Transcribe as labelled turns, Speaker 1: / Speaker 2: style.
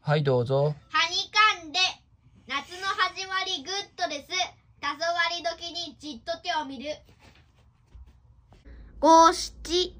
Speaker 1: はい、どうぞ。
Speaker 2: はにかんで夏の始まりグッドです黄昏時にじっと手を見る五七